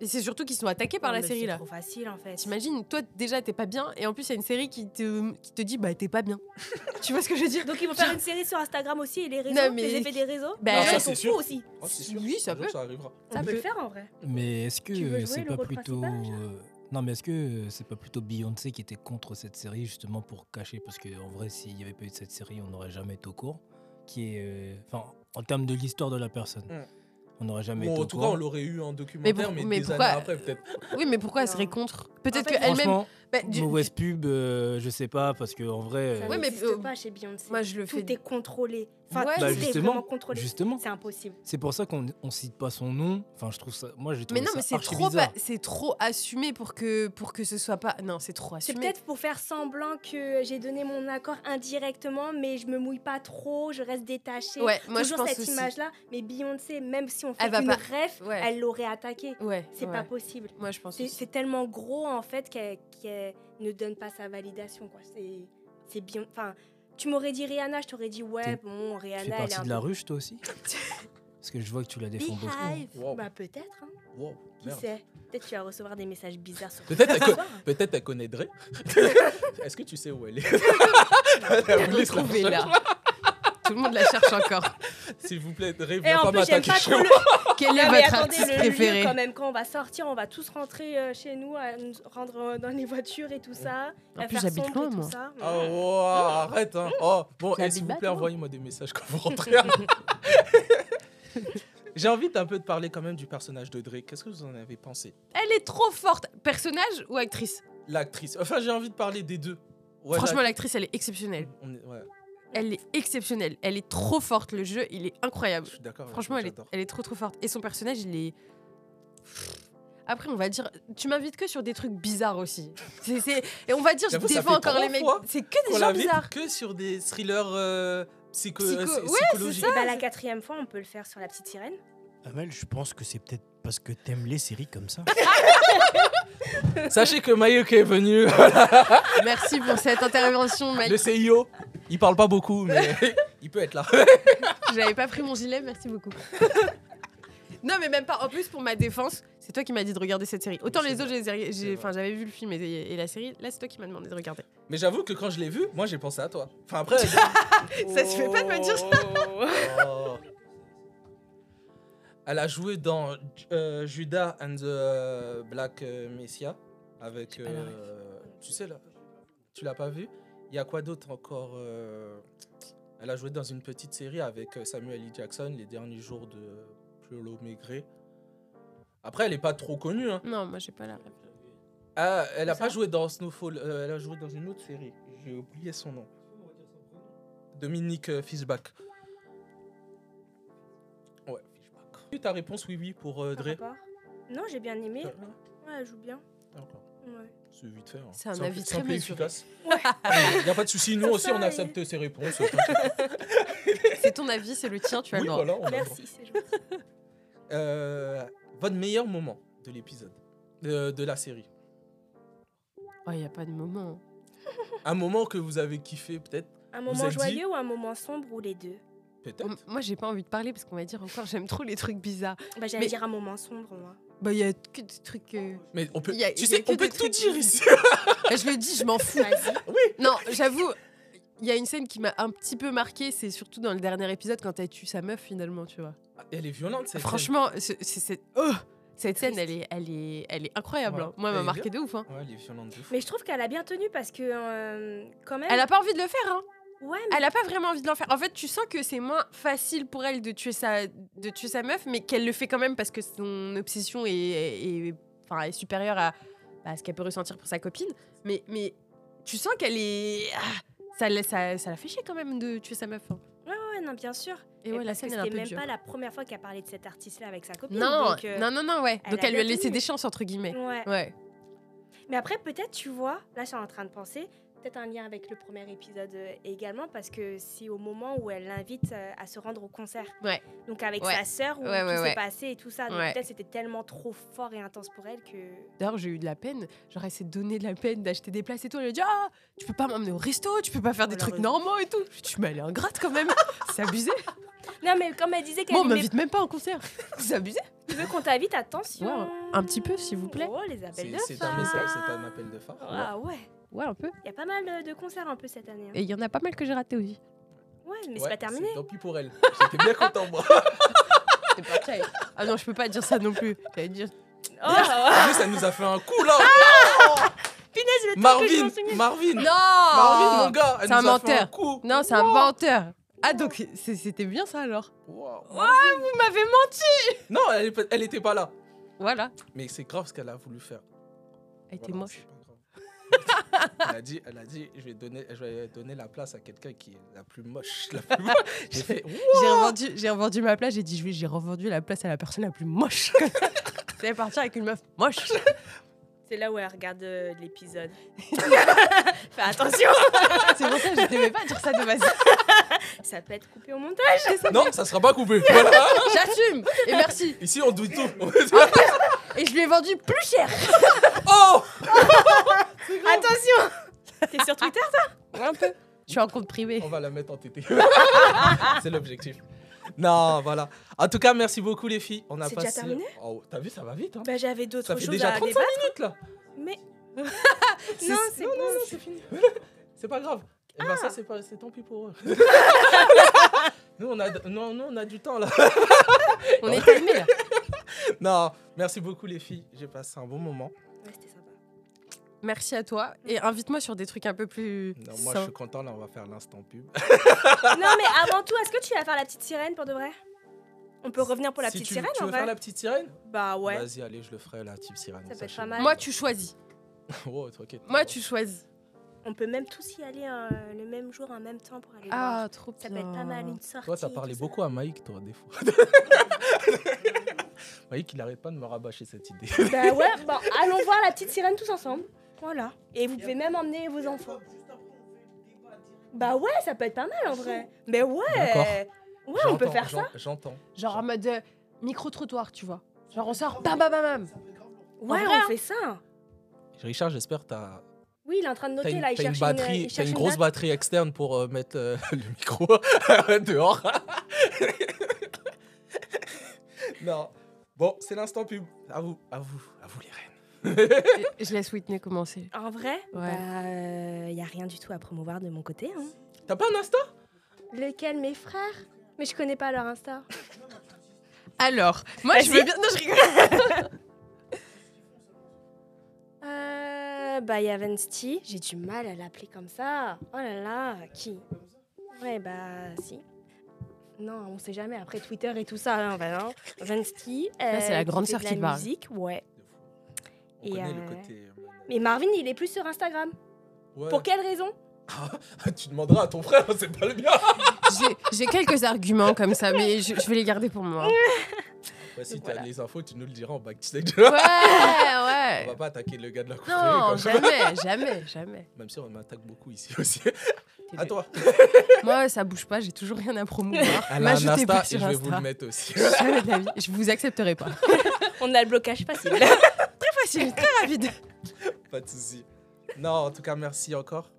E: Et c'est surtout qu'ils sont attaqués par
F: Non,
E: la
F: mais
E: série
F: C'est
E: là.
F: trop facile en fait.
E: T'imagines, toi déjà t'es pas bien, et en plus il y a une série qui te, qui te dit bah t'es pas bien. tu vois ce que je veux dire
F: Donc ils vont faire une série sur Instagram aussi et les réseaux,
E: Non, mais-
F: les effets des réseaux.
E: Bah,
F: Les gens,
D: ça,
F: ils
D: c'est
F: sont
D: sûr.
F: fous aussi.
D: Oh, c'est sûr,
E: Oui, ça
D: un jour,
E: peut.
D: Ça arrivera.
F: Ça
E: Mais-
F: peut le faire en vrai.
A: Mais est-ce que
F: Tu veux
A: euh,
F: jouer
A: c'est
F: le
A: pas
F: rôle
A: plutôt
F: principal, genre
A: euh, non mais est-ce que euh, c'est pas plutôt Beyoncé qui était contre cette série justement pour cacher parce que en vrai s'il y avait pas eu de cette série on n'aurait jamais été au courant qui est euh, enfin en termes de l'histoire de la personne
D: Mm.
A: on n'aurait jamais
D: Bon,
A: été
D: en
A: au
D: tout cas, on
A: courant.
D: l'aurait eu en documentaire,
E: pour-
D: mais,
E: mais
D: des
E: pourquoi-
D: années après, peut-être.
E: Oui, mais pourquoi elle
F: Non.
E: serait contre Peut-être
F: En fait,
E: qu'elle-même.
A: Franchement,
E: bah, du-
A: mauvaise pub, euh, je sais pas parce que en vrai
F: Ça
A: euh,
E: Ouais, mais,
F: n'existe
E: euh,
F: pas chez Beyoncé.
E: moi, je le
F: Tout
E: fais-
F: est contrôlé. Enfin,
E: Ouais.
F: tout
E: Bah,
F: est
A: justement,
F: vraiment contrôlé.
A: euh, justement
F: C'est impossible.
A: c'est pour ça qu'on on cite pas son nom. Enfin je trouve ça moi j'ai trouvé
E: Mais non,
A: ça
E: mais c'est
A: archi
E: trop,
A: bizarre.
E: pas- c'est trop assumé pour que pour que ce soit pas. Non, c'est trop
F: C'est
E: assumé.
F: peut-être pour faire semblant que j'ai donné mon accord indirectement, mais je me mouille pas trop, je reste détachée.
E: Ouais, moi je
F: Toujours
E: pense
F: cette
E: aussi.
F: image-là, mais Beyoncé, même si on fait
E: Elle va
F: une
E: pas-
F: ref,
E: Ouais.
F: elle l'aurait attaquée.
E: Ouais.
F: C'est
E: ouais.
F: pas possible.
E: Moi je pense.
F: C'est
E: aussi.
F: c'est tellement gros en fait qu'elle qu'elle ne donne pas sa validation. quoi. C'est- C'est bien. Enfin, tu m'aurais dit Rihanna, je t'aurais dit ouais,
A: T'es-
F: bon,
A: Tu fais
F: Rihanna, elle est
A: partie
F: un
A: de la
F: peu
A: ruche toi aussi Parce que je vois que tu la défends beaucoup.
F: beehive.
D: Wow.
F: Bah peut-être. hein.
D: Wow,
F: Qui
D: merde.
F: sait Peut-être tu vas recevoir des messages bizarres sur
D: Peut-être
F: ce
D: elle co-
F: soir.
D: Peut-être elle connaît Dre. Est-ce que tu sais où elle est
E: On l'a trouvée, là. Tout le monde la cherche encore.
D: S'il vous plaît, Dre,
F: Et
D: viens
F: en
D: pas
F: plus, j'aime
D: m'attaquer
F: pas
D: chez
F: trop
D: moi.
F: le.
E: Quel est
F: Ah, mais
E: votre
F: attendez,
E: artiste
F: le
E: préféré
F: lieu, quand même, quand on va sortir, on va tous rentrer euh, chez nous, à nous rendre euh, dans les voitures et tout ça.
E: En
F: à
E: plus,
F: faire
E: j'habite
F: sombre
E: loin,
F: et tout
E: moi.
F: ça.
D: Ah, wow, arrête, hein. Oh, bon,
E: J'habite
D: et s'il vous plaît,
E: Batman.
D: envoyez-moi des messages quand vous rentrez. J'ai envie d'un peu de parler quand même du personnage de Dre. Qu'est-ce que vous en avez pensé
E: Elle est trop forte. Personnage ou actrice
D: L'actrice. Enfin, j'ai envie de parler des deux. Ouais,
E: Franchement, l'actrice, elle est exceptionnelle.
D: l'ac- on est- ouais,
E: Elle est exceptionnelle. Elle est trop forte. Le jeu, il est incroyable.
D: je suis d'accord. avec
E: Franchement,
D: toi,
E: elle est,
D: Ah j'adore.
E: elle est trop trop forte. Et son personnage, il est. Après, on va dire. Tu m'invites que sur des trucs bizarres aussi. C'est, c'est- Et on va dire, je
D: J'avoue, ça
E: défends
D: fait
E: encore
D: trois
E: les mecs.
D: fois
E: C'est que
D: Qu'on
E: des gens
D: l'invite
E: bizarres.
D: que sur des thrillers euh, psycho-
E: Psycho-
D: euh,
E: ouais,
D: psy-
E: c'est
D: psychologiques.
F: Et bah, la quatrième fois, on peut le faire sur la petite sirène.
G: Amel, je pense que c'est peut-être parce que t'aimes les séries comme ça.
D: Sachez que Mayuke est venu,
E: Merci pour cette intervention, Mike.
D: le CIO. Il parle pas beaucoup, mais il peut être là.
E: J'avais pas pris mon gilet, merci beaucoup. non, mais même pas. En plus, pour ma défense, c'est toi qui m'as dit de regarder cette série. Autant
D: C'est
E: les autres,
D: vrai.
E: je les ai- j'ai-
D: vrai.
E: enfin, j'avais vu le film et, et la série. Là, c'est toi qui m'as demandé de regarder.
D: Mais j'avoue que quand je l'ai vu, moi j'ai pensé à toi. Enfin après.
E: Ça se fait pas de me dire
D: ça. Oh. Elle a joué dans euh, Judas and the Black euh, Messiah avec.
E: pas la
D: euh, tu sais là, tu l'as pas vu. Il y a quoi d'autre encore euh, Elle a joué dans une petite série avec euh, Samuel E. Jackson, Les derniers jours de Polo Maigret. Après, elle est pas trop connue. Hein.
E: Non, moi, j'ai pas la.
D: Ah, elle a
E: C'est
D: pas
E: ça
D: joué dans Snowfall, euh, elle a joué dans une autre série. J'ai oublié son nom. Dominique euh, Fishback. Ouais, Fishback. Et Ta réponse oui oui pour euh,
F: par
D: Dre.
F: rapport. Non, j'ai bien aimé.
D: Euh,
F: Ouais, elle joue bien.
D: d'accord.
F: Ouais.
D: C'est vite fait. hein.
E: C'est un
D: Simple-
E: avis très
D: simple et
E: mesuré.
D: efficace. Il n'y a pas de souci, nous
F: Ça,
D: aussi on
F: ça,
D: accepte ces réponses.
E: C'est ton avis, c'est le tien, tu as
D: oui,
E: le droit.
D: voilà, on a le droit.
F: Merci, c'est gentil.
D: Euh, votre meilleur moment de l'épisode, de, de la série.
E: Oh, il y a pas de moment.
D: Un moment que vous avez kiffé peut-être,
F: Un
D: avez
F: moment
D: dit-
F: joyeux ou un moment sombre ou les deux
D: peut-être.
E: M- Oh, Moi, j'ai pas envie de parler parce qu'on va dire encore, j'aime trop les trucs bizarres.
F: Bah, j'allais
E: Mais-
F: dire un moment sombre, moi.
E: Bah, il y a que des trucs. euh,
D: Mais on peut,
E: Il y a- il y
D: tu
E: a
D: sais,
E: que
D: on peut
E: des
D: tout
E: trucs-
D: dire ici.
E: Bah, je le dis, je m'en fous. Non, j'avoue, il y a une scène qui m'a un petit peu marquée, c'est surtout dans le dernier épisode quand elle tue sa meuf finalement, tu vois.
D: Elle est violente cette scène.
E: Franchement, c'est. c'est- c'est- oh Cette scène,
F: triste.
E: elle est, elle est, elle est incroyable.
D: Ouais.
E: hein. Moi, elle
D: Elle
E: m'a
D: est
E: marqué de ouf. hein.
D: Ouais, elle est violente de fou.
F: Mais je trouve qu'elle a bien tenu parce que, euh, quand même.
E: Elle a pas envie de le faire. Hein.
F: Ouais,
E: Elle a pas vraiment envie de l'en faire. En fait, tu sens que c'est moins facile pour elle de tuer sa, de tuer sa meuf, mais qu'elle le fait quand même parce que son obsession est, est- est- enfin, est supérieure à, à ce qu'elle peut ressentir pour sa copine. Mais, mais tu sens qu'elle est. ah, ça, la- ça, ça la fait chier quand même de tuer sa meuf. hein.
F: mais ouais, non, bien sûr.
E: Et ouais, la
F: parce que
E: scène elle est un
F: c'était
E: peu
F: même
E: dure.
F: pas la première fois qu'elle parlait de cet artiste-là avec sa copine.
E: Non,
F: donc, euh,
E: non, non, non, ouais.
F: elle
E: Donc
F: a
E: elle lui a
F: bien
E: laissé
F: tenu.
E: des chances, entre guillemets.
F: Ouais.
E: Ouais.
F: Mais après, peut-être, tu vois, là, je suis en train de penser, peut-être un lien avec le premier épisode euh, également, parce que c'est au moment où elle l'invite euh, à se rendre au concert.
E: Ouais.
F: Donc avec
E: Ouais.
F: sa sœur, où
E: Ouais,
F: tout
E: ouais,
F: s'est
E: ouais.
F: passé et tout ça. Donc
E: Ouais.
F: peut-être c'était tellement trop fort et intense pour elle que...
E: D'ailleurs, j'ai eu de la peine. Genre, elle s'est donné de la peine d'acheter des places et tout. Elle a dit Ah, tu peux pas m'emmener au resto, tu peux pas
F: Oh
E: faire des trucs
F: Malheureusement.
E: normaux et tout. Je dis, mais elle est ingrate quand même. C'est abusé.
F: Non, mais comme elle disait qu'elle
E: Moi, on
F: aimait-
E: m'invite même pas en concert. C'est abusé.
F: Tu veux qu'on t'invite, attention
E: Ouais, un petit peu, s'il vous plaît.
F: Oh, les appels
D: C'est
F: de
D: c'est un
F: phare.
D: message, c'est un appel de phare.
F: Ah ouais,
E: Ouais, un peu.
F: il y a pas mal euh, de concerts un peu cette année. hein.
E: Et il y en a pas mal que j'ai raté aussi.
F: Ouais, mais c'est
D: Ouais,
F: pas terminé.
D: Tant pis pour elle. J'étais bien content, moi.
E: C'est pas pareil. Ah non, je peux pas dire ça non plus. J'allais dire.
F: Oh,
D: Juste, elle nous a fait un coup, là.
F: punaise, le temps que Ah, je
D: Marvin,
F: m'en souviens.
D: Marvin,
E: Bah,
D: Marvin, mon
E: Non
D: gars. elle
E: C'est un
D: nous a fait
E: menteur.
D: un coup.
E: Non, c'est un menteur. Ah, donc c'est- c'était bien ça alors
D: Wow.
E: Vous m'avez menti
D: Non, elle, est pas- elle était pas là.
E: Voilà.
D: Mais c'est grave ce qu'elle a voulu faire.
E: Elle était
D: Voilà,
E: moche.
D: c'est pas grave. elle a dit, elle a dit, je vais donner, je vais donner la place à quelqu'un qui est la plus moche, la plus moche. J'ai fait, ouh,
E: J'ai revendu, j'ai revendu ma place, j'ai dit je vais, j'ai revendu la place à la personne la plus moche. C'est partir avec une meuf moche.
F: C'est là où elle regarde euh, l'épisode. Fais attention,
E: C'est pour ça que je devais pas dire ça de base.
F: ça peut être coupé au montage.
D: non, ça sera pas coupé. Voilà.
E: J'assume et merci.
D: Ici, on doute tout.
E: Et je lui ai vendu plus cher.
D: oh,
F: Attention T'es sur Twitter Ah,
E: Un peu. Je suis en compte privé.
D: on va la mettre en tété. c'est l'objectif. Non, voilà. En tout cas, merci beaucoup les filles. On a
F: C'est déjà
D: passé.
F: terminé
D: oh, T'as vu, ça va vite. Hein.
F: Bah j'avais d'autres
D: ça fait
F: choses
D: déjà
F: à
D: 35
F: débattre,
D: minutes là.
F: mais...
D: C'est-
F: non, c'est Ah. bon.
D: non, c'est fini. c'est pas grave. Eh ben, ça, c'est pas- c'est tant pis pour eux. nous, on a, non, nous, on a du temps là.
E: On est calmé là.
D: Non, merci beaucoup les filles. J'ai passé un bon moment.
F: Ouais, c'était sympa.
E: Merci à toi et invite-moi sur des trucs un peu plus.
D: Non, moi, je
E: sains.
D: suis content. Là, on va faire l'instant pub.
F: non, mais avant tout, est-ce que tu vas faire la petite sirène pour de vrai On peut revenir pour la
D: Si
F: petite
D: tu,
F: sirène,
D: Tu
F: en
D: veux
F: vrai
D: faire la petite sirène
F: Bah ouais.
D: Vas-y, allez, je le ferai, la petite sirène.
F: Ça
D: on
F: peut être
D: s'achève. Oh,
F: pas mal.
E: Moi, tu choisis.
D: Wow, t'inquiète.
E: Moi, tu choisis.
F: On peut même tous y aller euh, le même jour, en même temps pour aller voir.
E: Ah, trop bien.
F: Ça peut être pas mal, une sortie.
D: Toi, t'as
F: tout
D: parlé
F: ça.
D: beaucoup à Maïk, toi, des fois. Maïk, il arrête pas de me rabâcher cette idée.
F: Bah ouais, bon, allons voir la petite sirène tous ensemble. Voilà. Et vous pouvez même emmener vos enfants. Bah ouais, ça peut être pas mal en vrai. Mais ouais. Ouais, on peut
D: J'entends,
F: faire ça.
D: j'en- J'entends.
E: Genre en mode euh, micro-trottoir, tu vois. Genre on sort bam bam bam bam.
F: Ouais,
E: vrai,
F: on fait ça.
D: Richard, j'espère que t'as
F: Oui, il est en train de
D: T'as
F: noter
D: une,
F: là. Il
D: t'as une
F: cherche
D: batterie,
F: il
D: t'as
F: cherche
D: une grosse
F: date.
D: batterie externe pour euh, mettre euh, le micro euh, dehors. non. Bon, c'est l'instant pub. À vous, à vous, à vous les reines.
E: Et Je laisse Whitney commencer.
F: En vrai,
E: Ouais.
F: bah, euh, y a rien du tout à promouvoir de mon côté. hein.
D: T'as pas un Insta
F: Lequel, mes frères Mais je connais pas leur Insta.
E: Alors, moi je
F: Vas-y.
E: veux bien. Non, je rigole.
F: Euh, bah, il y a Vensty. J'ai du mal à l'appeler comme ça. Oh là là, qui Ouais, bah, si. Non, on sait jamais. Après Twitter et tout ça, hein, bah, non. Vensty. euh,
E: c'est la grande
F: fait
E: sœur
F: de
E: qui
F: la
E: parle.
F: musique, ouais.
D: On
F: Et,
D: connaît le
F: euh,
D: côté. euh,
F: Mais Marvin, il est plus sur Instagram.
D: ouais.
F: Pour quelle raison
D: tu demanderas à ton frère, c'est pas le mien.
E: J'ai- J'ai quelques arguments comme ça, mais je, je vais les garder pour moi.
D: Ouais, si t'as
F: Voilà.
D: les infos, tu nous le diras en backstage.
E: Ouais,
D: On va
F: Euh,
E: ouais.
D: pas attaquer le gars de la confrérie.
E: Non,
D: comme ça.
E: jamais, jamais, jamais.
D: Même si on m'attaque beaucoup ici aussi.
E: T'es
D: À
E: le-
D: toi.
E: Moi, ça bouge pas, j'ai toujours rien à promouvoir.
D: Elle a un
E: M'ajoutez
D: Insta
E: pas
D: et
E: sur
D: je vais vous
E: Insta.
D: le mettre aussi.
E: Jamais de la vie, je vous accepterai pas.
F: On a le blocage facile.
E: Très facile, très rapide.
D: pas de soucis. Non, en tout cas, merci encore.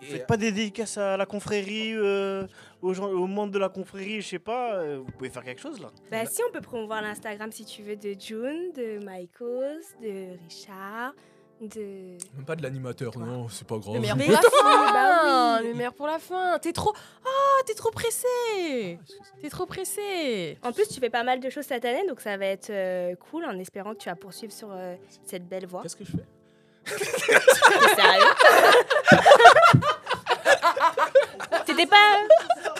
G: Vous
D: Et- euh,
G: Faites pas des dédicaces à la confrérie, euh, aux gens, au monde de la confrérie, je sais pas. euh, vous pouvez faire quelque chose là.
F: Bah si, on peut promouvoir l'Instagram si tu veux de June, de Michaels, de Richard, de...
D: Même pas de l'animateur,
F: Toi.
D: non, c'est pas grave.
E: Le meilleur
F: Mais
E: pour la
F: oui,
E: fin
F: Oh,
E: Ah,
F: bah oui.
E: Le meilleur pour la fin T'es trop... Ah, t'es trop pressé T'es trop pressé
F: En plus, tu fais pas mal de choses cette année, donc ça va être euh, cool en espérant que tu vas poursuivre sur euh, cette belle voie.
D: Qu'est-ce que je fais
F: T'es sérieux T'étais pas... euh,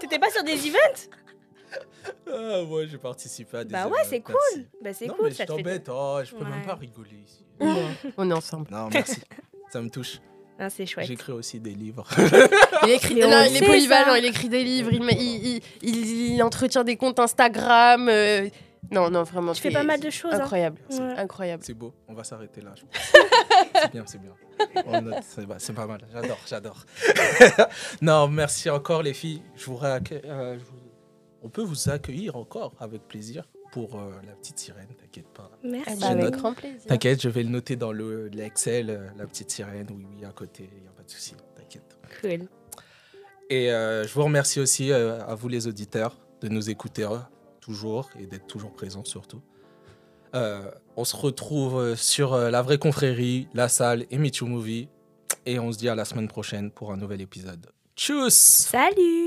F: T'étais pas sur des events
D: Ah ouais, j'ai participé à des.
F: Bah ouais,
D: événements,
F: c'est cool.
D: merci.
F: Bah c'est
D: Non,
F: cool,
D: mais
F: ça
D: je
F: te fait...
D: t'embête, oh, je peux
F: Ouais.
D: même pas rigoler ici.
E: On est ensemble.
D: Non, merci. Ça me touche.
F: Non, c'est chouette.
D: J'écris aussi des livres.
E: Il, écrit,
F: Mais on
E: non,
F: le
E: il est
F: sait,
E: polyvalent,
F: ça.
E: il écrit des livres, il, met- il, il- il- il entretient des comptes Instagram. euh, Non, non, vraiment.
F: Tu fais
E: t'es-
F: pas mal de choses. hein.
E: Incroyable,
F: Ouais.
E: incroyable.
D: C'est beau, on va s'arrêter là. je pense. c'est bien, c'est bien. On note, c'est pas- C'est pas mal, j'adore, j'adore. non, merci encore les filles. Je vous réac- euh, je vous- On peut vous accueillir encore avec plaisir pour euh, la petite sirène, t'inquiète pas.
E: Ah
F: Merci.
D: Je
E: bah, avec
D: note.
E: grand plaisir.
D: T'inquiète, je vais le noter dans le- l'Excel, euh, la petite sirène, oui, oui, à côté, il n'y a pas de souci, t'inquiète.
F: Cool.
D: Et euh, je vous remercie aussi euh, à vous les auditeurs de nous écouter euh, toujours et d'être toujours présents surtout. Euh, on se retrouve euh, sur euh, La Vraie Confrérie, La Salle et Meet You Movie. Et on se dit à la semaine prochaine pour un nouvel épisode. Tchuss
F: Salut